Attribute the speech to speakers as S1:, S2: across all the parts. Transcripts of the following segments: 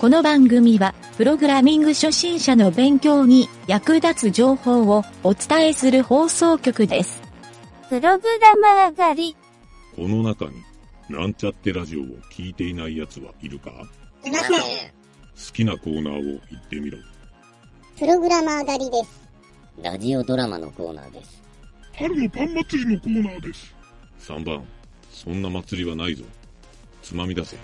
S1: この番組は、プログラミング初心者の勉強に役立つ情報をお伝えする放送局です。
S2: プログラマー狩り。
S3: この中に、なんちゃってラジオを聞いていない奴はいるか好
S4: いません。
S3: きなコーナーを言ってみろ。
S5: プログラマー狩りです。
S4: ラジオドラマのコーナーです。
S6: 春のパン祭りのコーナーです。
S3: 3番、そんな祭りはないぞ。つまみ出せ。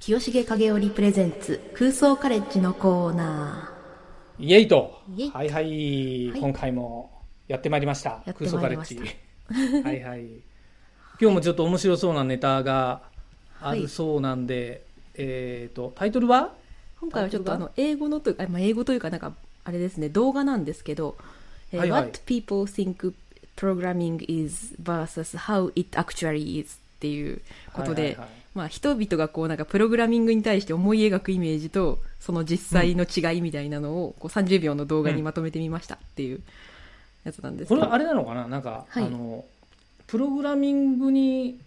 S7: 清重影織プレゼンツ空想カレッジのコーナ
S8: イエイと
S7: イエイ
S8: はいはい、
S7: はい
S8: 今回もやってまいりました
S7: やって
S8: 空想
S7: ま
S8: カ
S7: い
S8: レ
S7: り
S8: ッ
S7: まし
S8: ジ
S7: た
S8: はいはい今日もちょっと面白そうなネタがあ
S7: はい
S8: るそうなんで、えっ、とタイトルは
S7: ー今回はちょっとあの英語のというか、まあ、英語というかなんかあれですね動画なんですけど、えー
S8: はいはい
S7: What people think programming is versus how it actually is っていうことで、
S8: はいはいはい
S7: まあ、人々がこうなんかプログラミングに対して思い描くイメージとその実際の違いみたいなのをこう30秒の動画にまとめてみましたっていうやつなんです
S8: こ
S7: け
S8: れ
S7: ど、
S8: はあれなのかななんか、
S7: はい
S8: あのプログラミングに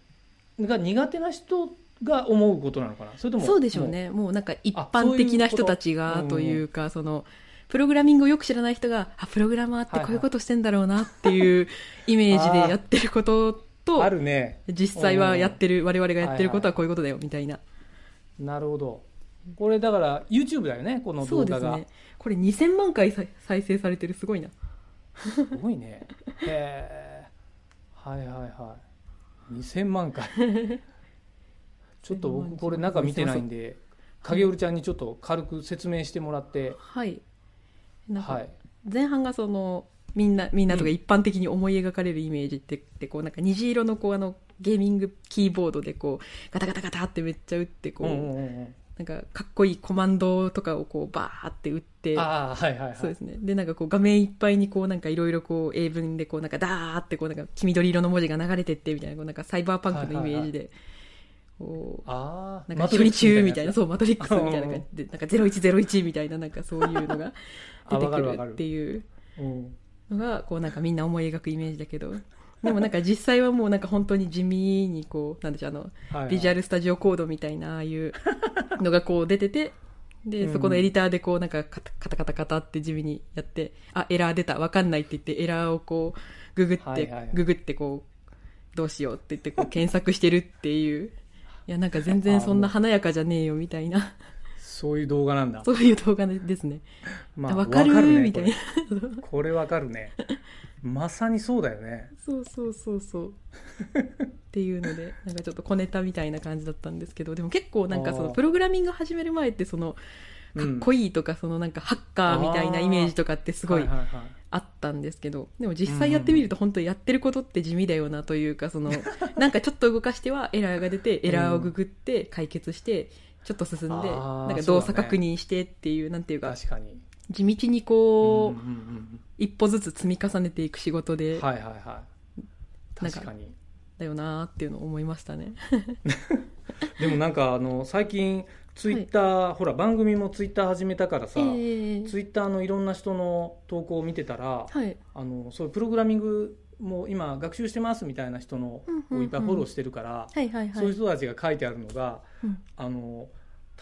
S8: が苦手な人が思うことなのかなそれとも
S7: そうでしょうねもうなんか一般的な人たちが
S8: あそ
S7: と
S8: う
S7: い
S8: いう
S7: うかそのプログラミングをよく知らない人があプログラマーってこういうことしてんだろうなっていうイメージでやってること
S8: もうあ
S7: と
S8: るね
S7: 実際はやってる我々がやってることは
S8: はいは
S7: いこういうことだよみたいな
S8: なるほどこれだから YouTube だよねこの
S7: そ
S8: 動
S7: うで
S8: 画
S7: す
S8: が
S7: ねこれ2000万回再再生されてるすごいな
S8: すごいね。へえ。はいはいはい。2000 万回。ちょっと僕これ中見てないんで、影織ちゃんにちょっと軽く説明してもらって、
S7: はいなん
S8: は
S7: か
S8: い。
S7: 前半がそのみんなみんなとか一般的に思い描かれるイメージって、でこうなんか虹色のこうあのゲーミングキーボードでこうガタガタガタってめっちゃ打ってこ
S8: う
S7: う、
S8: んうんうん
S7: なんかかっこいいコマンドとかをこうバーって打っ
S8: う
S7: て
S8: ん。ああ、はいはいはい。
S7: そうですねでなんかこう画面いっぱいにこうなんかいろいろこう英文でこうなんかダーってこうなんか黄緑色の文字が流れてってみたいなこうなんかサイバーパンクのイメージで、こう
S8: ああ、
S7: なんか処理中みたいな、
S8: そ
S7: そう、マトリックスみたいな感じで、なんか0101みたいな、なんかそういうのが 出て
S8: わ
S7: く
S8: かるわ
S7: る
S8: かる
S7: っていう
S8: う。うん。
S7: のが、こうなんかみんな思い描くイメージだけど、でもなんか実際はもうなんか本当に地味にこう、なんでしょう、あの、
S8: はいはい
S7: ビジュアルスタジオコードみたいな、ああいうのがこう出てて、
S8: う
S7: で、
S8: ん
S7: そこのエディターでこうなんかカタカタカタカタって地味にやって、あ、エラー出た、わかんないって言って、エラーをこう、ググって、
S8: はいはい
S7: ググってこう、どうしようって言ってこう検索してるって いう。いや、なんか全然そんな華やかじゃねえよみたいな、
S8: そういう動画なんだ。
S7: そういう動画ですね。
S8: ま
S7: あわかる
S8: ね
S7: みたいな。
S8: これこれわかるね。まさに そうだよね。
S7: そうそうそうそう。っていうので、なんかちょっと小ネタみたいな感じだったんですけど、でも結構なんかそ
S8: あ
S7: の
S8: ー
S7: プログラミング始める前ってその、か
S8: う
S7: っ
S8: ん
S7: こいいとか、そのなんかハッカーみたいなイメージとかってすごい
S8: はいはいはい
S7: あったんですけど、でも実際やってみると本当にやってることって地味だよなというか、 その、なんかちょっと動かしてはエラーが出て、エラーをググって解決して、ちょっと進んで、
S8: あー
S7: なんか動作
S8: そうだね
S7: 確認してっていう、なんていうか、
S8: 確かに。
S7: 地道に
S8: う
S7: こう、
S8: んうん
S7: 一歩ずつ積み重ねていく仕事
S8: う
S7: で
S8: ん、はいはいはい。
S7: なんか
S8: 確かに。
S7: だよなーっていうのを思いましたね。
S8: でもなんかあの最近ツイッター、ほら番組もツイッター始めたからさ、
S7: ええ
S8: ツイッターのいろんな人の投稿を見てたら
S7: はい。
S8: あのそういうプログラミングも今学習してますみたいな人の
S7: うんうんうん
S8: をいっぱいフォローしてるから、
S7: はいはいは
S8: そういう
S7: い。
S8: 人たちが書いてあるのが、
S7: うん
S8: あの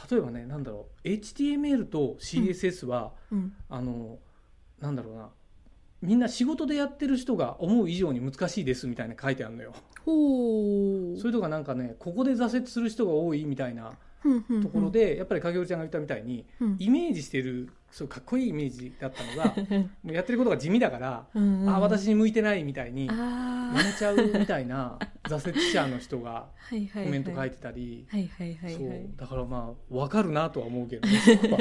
S8: 例えばねなんだろう HTML と CSS は、
S7: うん。
S8: あのなんだろうなみんな仕事でやってる人が思う以上に難しいですみたいな書いてあるのよ。
S7: ほ
S8: それとかなんかねここで挫折する人が多いみたいな
S7: う。
S8: ところで、やっぱり影尾ちゃんが言ったみたいに
S7: うん、
S8: イメージしてるそうかっこいいイメージだった のが
S7: うん
S8: もうやってることが地味だから、
S7: うん。
S8: あ私に向いてないみたいにや
S7: ああ。
S8: めちゃうみたいな挫折者の人が
S7: はいは
S8: コ
S7: いはい。
S8: メント書い
S7: て。
S8: てたり、
S7: はいはいはいはい
S8: そう。だからまあ分かるなとは思うけど、ね、そこは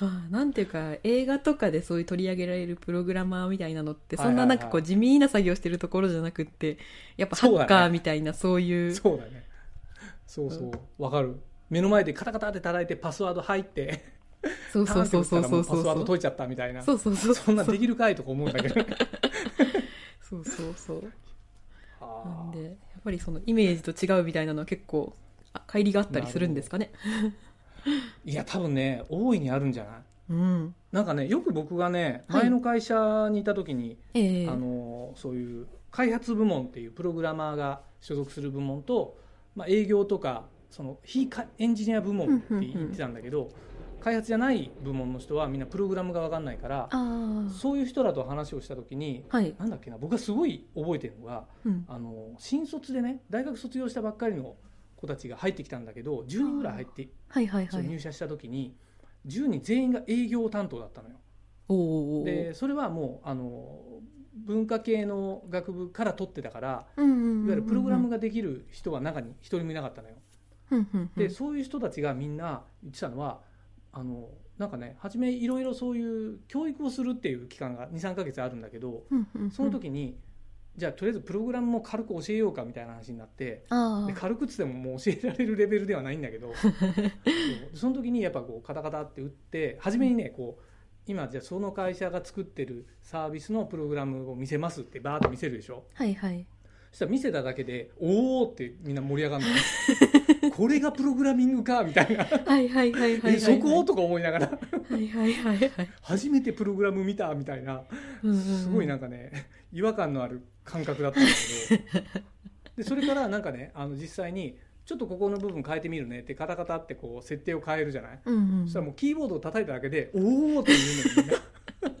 S7: ああなんていうか、映画とかでそういう取り上げられるプログラマーみたいなのって、そんな
S8: はいは
S7: ない
S8: はい
S7: んかこう地味な作業してるところじゃなくって、やっぱハ
S8: そうだね
S7: ッカーみたいなそういう。
S8: そうだねそうそう分かる目の前でカタカタって叩いてパスワード入って
S7: そうそうそうそうそう
S8: パターンって打ったらもうパスワード
S7: そ
S8: 解
S7: う。
S8: いちゃったみたいな
S7: そうそうそう。
S8: そんなできるかいとか思うんだけど
S7: そうそうそう。な
S8: あ
S7: ん
S8: ー
S7: で、やっぱりそのイメージと違うみたいなのは結構、あ、乖離があったりするんですかね。
S8: いや多分ね大いにあるんじゃない
S7: うん。
S8: なんかねよく僕がね
S7: はい
S8: 前の会社にいた時に、
S7: ええ
S8: あのそういう開発部門っていうプログラマーが所属する部門と、まあ、営業とかその非かエンジニア部門って言ってたんだけど、開発じゃない部門の人はみんなプログラムが分かんないから
S7: あ
S8: そういう人らと話をした時に
S7: あ。はい。
S8: なんだっけな僕がすごい覚えてるのが
S7: うん。
S8: あの新卒でね大学卒業したばっかりの子たちが入ってきたんだけど10人ぐらい入って
S7: はいはい
S8: そ
S7: は
S8: う
S7: い
S8: 入。社した時に10人全員が営業担当だったのよ。
S7: おお。
S8: でそれはもうあの文化系の学部から取ってたから
S7: うんうんうんうん。
S8: いわゆるプログラムができる人は中に一人もいなかったのよ。
S7: うんうんうん。
S8: でそういう人たちがみんな言ってたのはあのなんかね初めいろいろそういう教育をするっていう期間が23ヶ月あるんだけど
S7: うんうんうん
S8: その。時にじゃあとりあえずプログラムも軽く教えようかみたいな話になって。
S7: あ
S8: で
S7: あ。
S8: 軽くっつってももう教えられるレベルではないんだ けどそうその時にやっぱこうカタカタって打って初めにねこう今じゃあその会社が作ってるサービスのプログラムを見せますってバーッと見せるでしょ
S7: はいはい。
S8: そしたら見せただけでおおってみんな盛り上がる のこれがプログラミングかみたいな
S7: はいはいはいはい。
S8: えそことか思いながら
S7: はいはいはいはい。
S8: 初めてプログラム見たみたいな
S7: うんうんうん
S8: すごい。なんかね 違和感のある感覚だったんだけどでそれからなんかねあの実際にちょっとここの部分変えてみるねってカタカタってこう設定を変えるじゃない、
S7: うんうん。
S8: そしたらもうキーボードを叩いただけで「おお!」って言うのよみんな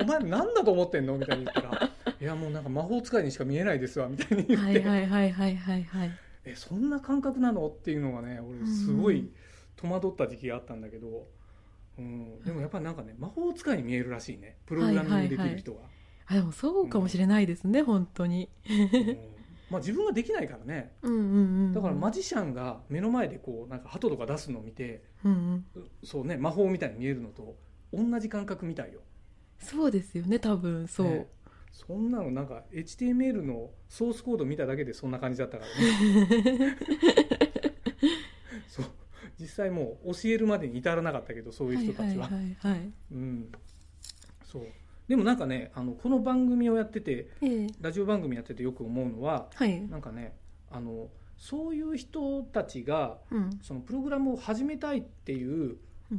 S8: お前何だと思ってんの?」みたいに言ったら「いやもうなんか魔法使いにしか見えないですわ」みたいに言
S7: は
S8: っ
S7: い
S8: て、
S7: はいはいはいはいはい。
S8: えそんな感覚なのっていうのがね俺すご
S7: う
S8: い戸惑った時期があったんだけど、うん、でもやっぱなんかね魔法使いに見えるらしいねプログラミングできる人は。
S7: あでもそうかもしれないですね、本当に。
S8: うんまあ自分ができないからね
S7: うんうんうん。
S8: だからマジシャンが目の前でこうなんか鳩とか出すのを見て
S7: うんうん。
S8: うそうね魔法みたいに見えるのと同じ感覚みたいよ
S7: そうですよね、多分そう。
S8: ねそんなのなんか HTML のソースコード見ただけでそんな感じだったからね そう実際もう教えるまでに至らなかったけどそういう人たちは、
S7: はいはいはいはい。
S8: うんそうでもなんかねあのこの番組をやってて
S7: ええ
S8: ラジオ番組やっててよく思うのは
S7: はい。
S8: なんかねあのそういう人たちが
S7: うん。
S8: そのプログラムを始めたいっていう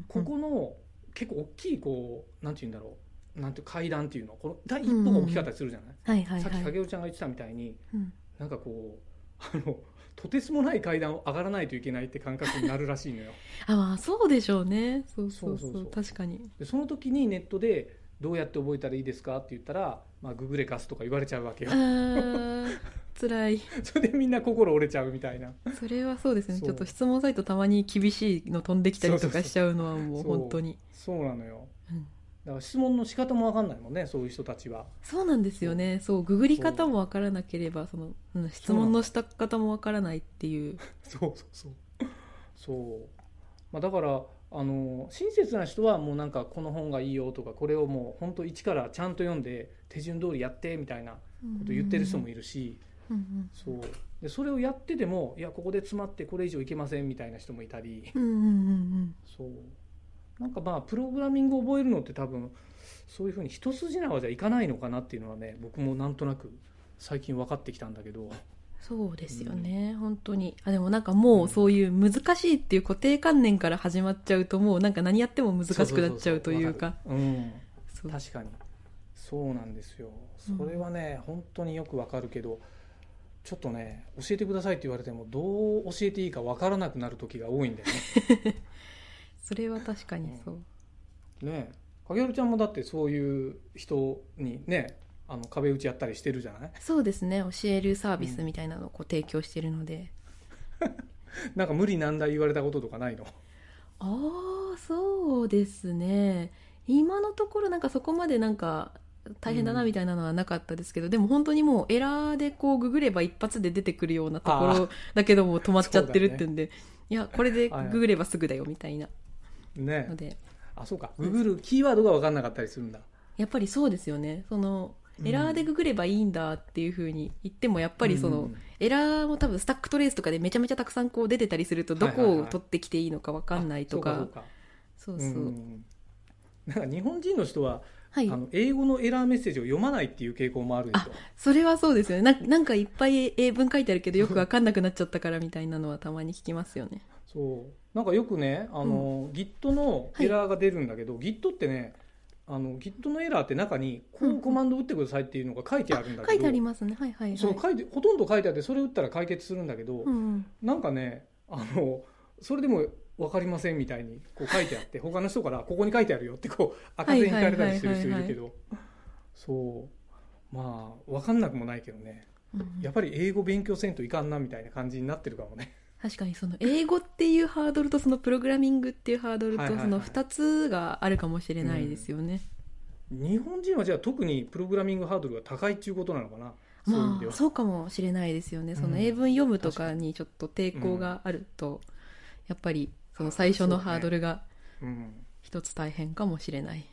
S8: ここの結構大きいこうなんて言うんだろうなんて階段っていうのこの第一歩が大きかったりするじゃない、
S7: はいはい
S8: さっ
S7: は
S8: き
S7: い。
S8: 影尾ちゃんが言ってたみたいに
S7: うん
S8: なんかこうあのとてつもない階段を上がらないといけないって感覚になるらしいのよ
S7: あ、まあ、そうでしょうね。そうそうそう。
S8: そうそうそう
S7: 確かに。
S8: でその時にネットでどうやって覚えたらいいですかって言ったら、まあ、ググレカスとか言われちゃうわ けよ
S7: あー辛い。
S8: それでみんな心折れちゃうみたいな
S7: それはそうですね。
S8: そう
S7: ちょっと質問サイトたまに厳しいの飛んできたりとかしちゃうのはもう
S8: そう
S7: 本当に。
S8: そうなのよ
S7: うん
S8: だから質問の仕方もわかんないもんねそういう人たちは
S7: そうなんですよね。そう、ググり方もわからなければ、その、うん質問のした方もわからないっていう。
S8: そうそうそう。そう。まあ、だから、あの、親切な人はもうなんかこの本がいいよとか、これをもう本当一からちゃんと読んで、手順通りやってみたいなこと言ってる人もいるし、
S7: うんうん
S8: そう。で、それをやってでも、いや、ここで詰まってこれ以上いけませんみたいな人もいたり、
S7: うんうんうん
S8: そう。なんかまあ、プログラミングを覚えるのって多分、そういうふうに一筋縄じゃいかないのかなっていうのはね、僕もなんとなく最近分かってきたんだけど、
S7: そうですよね、本当にあでもなんかもうそういう難しいっていう固定観念から始まっちゃうともうなんか何やっても難しくなっちゃうというか
S8: そうそうそうそう。わるうん。
S7: そう
S8: 確かにそうなんですよ
S7: うん
S8: それはね、本当によくわかるけどちょっとね教えてくださいって言われてもどう教えていいかわからなくなる時が多いんだよ
S7: それは確かにそう、
S8: ねねえ影るちゃんもだってそういう人にねあの壁打ちやったりしてるじゃない
S7: そうですね教えるサービスみたいなのをこう提供してるので、
S8: なんか無理難題言われたこととか ないの
S7: ああそうですね今のところなんかそこまでなんか大変だなみたいなのはなかったですけど、でも本当にもうエラーでこうググれば一発で出てくるようなとこ
S8: あ
S7: ろ
S8: ー
S7: だけども止まっちゃってるってんで、いやこれで
S8: はいはい
S7: ググればすぐだよみたいな
S8: ね
S7: の
S8: え
S7: で
S8: あそうかググるキーワードがわかんなかったりするんだ
S7: やっぱりそうですよねその
S8: うん
S7: エラーでググればいいんだっていうふうに言ってもやっぱりその、
S8: うん
S7: エラーも多分スタックトレースとかでめちゃめちゃたくさんこう出てたりするとど
S8: はいは
S7: こ
S8: い
S7: を
S8: はい
S7: 取ってきていいのか分かんないとか,、
S8: そうか
S7: そ
S8: そうう
S7: そ
S8: か
S7: う、
S8: うんなんか日本人の人は、
S7: はい
S8: あの英語のエラーメッセージを読まないっていう傾向もあるでしょ
S7: それはそうですよねなんなんかいっぱい英文書いてあるけどよく分かんなくなっちゃったからみたいなのはたまに聞きますよね
S8: そうなんかよくねあの、Git のエラーが出るんだけど、Git ってねあの Git のエラーって中に
S7: う
S8: こ
S7: んう
S8: の
S7: ん
S8: コマンド打ってくださいっていうのが書いてあるんだ
S7: 書
S8: け
S7: いて
S8: ど、
S7: ありますねはいはいはい
S8: そう書いてほとんど書いてあってそれ打ったら解決するんだけど、
S7: うんうん
S8: なんかねあのそれでも分かりませんみたいにこう書いてあって他の人から「ここに書いてあるよ」ってこう赤線引かれたりしてる人いるけどそうまあ分かんなくもないけどね
S7: うん
S8: やっぱり英語勉強せんといかんなみたいな感じになってるかもね。
S7: 確かにその英語っていうハードルとそのプログラミングっていうハードルと
S8: はいはいはい
S7: その2つがあるかもしれないですよね。
S8: 日本人はじゃあ特にプログラミングハードルが高いっていうことなのかなそういう意
S7: ま
S8: 味で
S7: あ
S8: は。
S7: そうかもしれないですよね。その英文読むとかにちょっと抵抗があるとやっぱりその最初のハードルが
S8: うん
S7: 一つ大変かもしれない。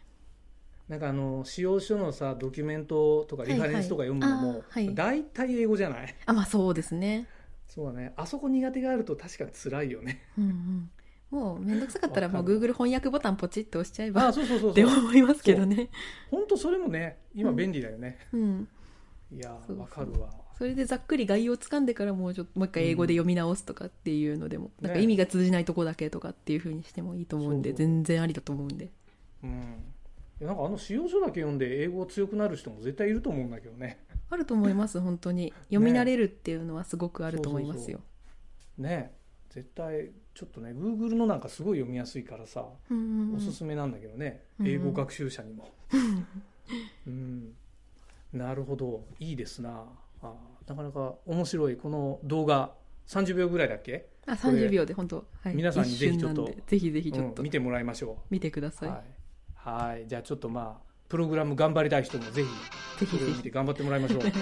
S8: なんかあの使用書のさドキュメントとかリファレンスとか読むの
S7: はいはい
S8: も
S7: あーはい
S8: 大体英語じゃない
S7: あまあそうですね。
S8: そうだねあそこ苦手があると確かに辛い よね
S7: うんうん、もうめんどくさかったらもう
S8: わかる
S7: Google 翻訳ボタンポチッと押しちゃえ
S8: あ
S7: ば
S8: ーそうそう そ う
S7: って
S8: そう
S7: 思いますけどね。
S8: 本当それもね今便利だよね、
S7: うん、
S8: いや
S7: そうそ
S8: ー
S7: う
S8: わかるわ
S7: それでざっくり概要をつかんでからもうちょっともう一回英語で読み直すとかっていうのでも、
S8: ね
S7: なんか意味が通じないとこだけとかっていうふうにしてもいいと思うんで
S8: そう
S7: 全然ありだと思うんで
S8: うんいやなんかあの使用書だけ読んで英語強くなる人も絶対いると思うんだけどね
S7: あると思います本当に読み慣れるっていうのはすごくあると思いますよ、
S8: ね絶対ちょっとね Google のなんかすごい読みやすいからさ、
S7: うんうんうん
S8: おすすめなんだけどね、
S7: うん
S8: 英語学習者 にもうんなるほどいいですなあなかなか面白いこの動画30秒ぐらいだっけ、
S7: あ30秒で本当、はい、
S8: 皆さんにぜひちょっと
S7: 一瞬なんでぜひぜひちょっ
S8: う
S7: と
S8: ん見てもらいましょ
S7: 見てくだ
S8: う
S7: さい、
S8: はい、はい、じゃあちょっとまあプログラム頑張りたい人もぜひ
S7: ぜひ
S8: こ
S7: ぜ
S8: れを見
S7: ひ
S8: て頑張ってもらいま しょう
S7: はい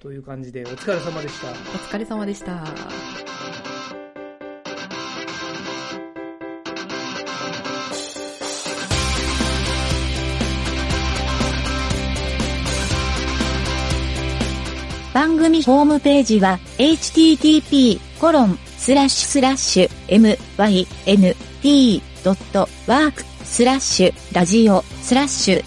S8: という感じでお疲れ様でした
S7: お疲れ様でした
S1: 番組ホームページは http://myn.t.work スラッシュラジオスラッシュ